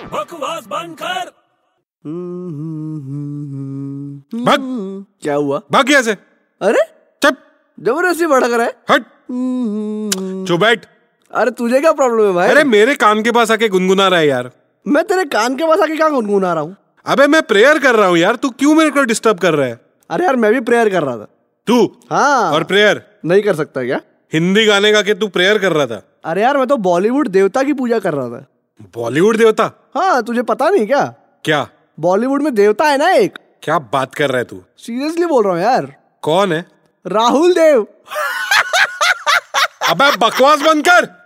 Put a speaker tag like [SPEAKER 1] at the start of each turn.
[SPEAKER 1] आवाज बंद कर
[SPEAKER 2] भाग
[SPEAKER 3] क्या हुआ
[SPEAKER 2] भाग यहाँ से
[SPEAKER 3] अरे
[SPEAKER 2] चुप
[SPEAKER 3] जबरदस्ती भड़क रहा है
[SPEAKER 2] हट चुप बैठ
[SPEAKER 3] अरे तुझे क्या प्रॉब्लम है भाई
[SPEAKER 2] अरे मेरे कान के पास आके गुनगुना रहा है यार
[SPEAKER 3] मैं तेरे कान के पास आके क्या गुनगुना रहा हूँ
[SPEAKER 2] अबे मैं प्रेयर कर रहा हूँ यार तू क्यों मेरे को डिस्टर्ब कर रहा है
[SPEAKER 3] अरे यार मैं भी प्रेयर कर रहा था
[SPEAKER 2] तू
[SPEAKER 3] हाँ
[SPEAKER 2] और प्रेयर
[SPEAKER 3] नहीं कर सकता क्या
[SPEAKER 2] हिंदी गाने का के तू प्रेयर कर रहा था
[SPEAKER 3] अरे यार मैं तो बॉलीवुड देवता की पूजा कर रहा
[SPEAKER 2] बॉलीवुड देवता
[SPEAKER 3] था हाँ तुझे पता नहीं क्या
[SPEAKER 2] क्या
[SPEAKER 3] बॉलीवुड में देवता है ना एक
[SPEAKER 2] क्या बात कर रहा है तू
[SPEAKER 3] सीरियसली बोल रहा हूँ यार
[SPEAKER 2] कौन है
[SPEAKER 3] राहुल देव
[SPEAKER 2] अबे बकवास बंद कर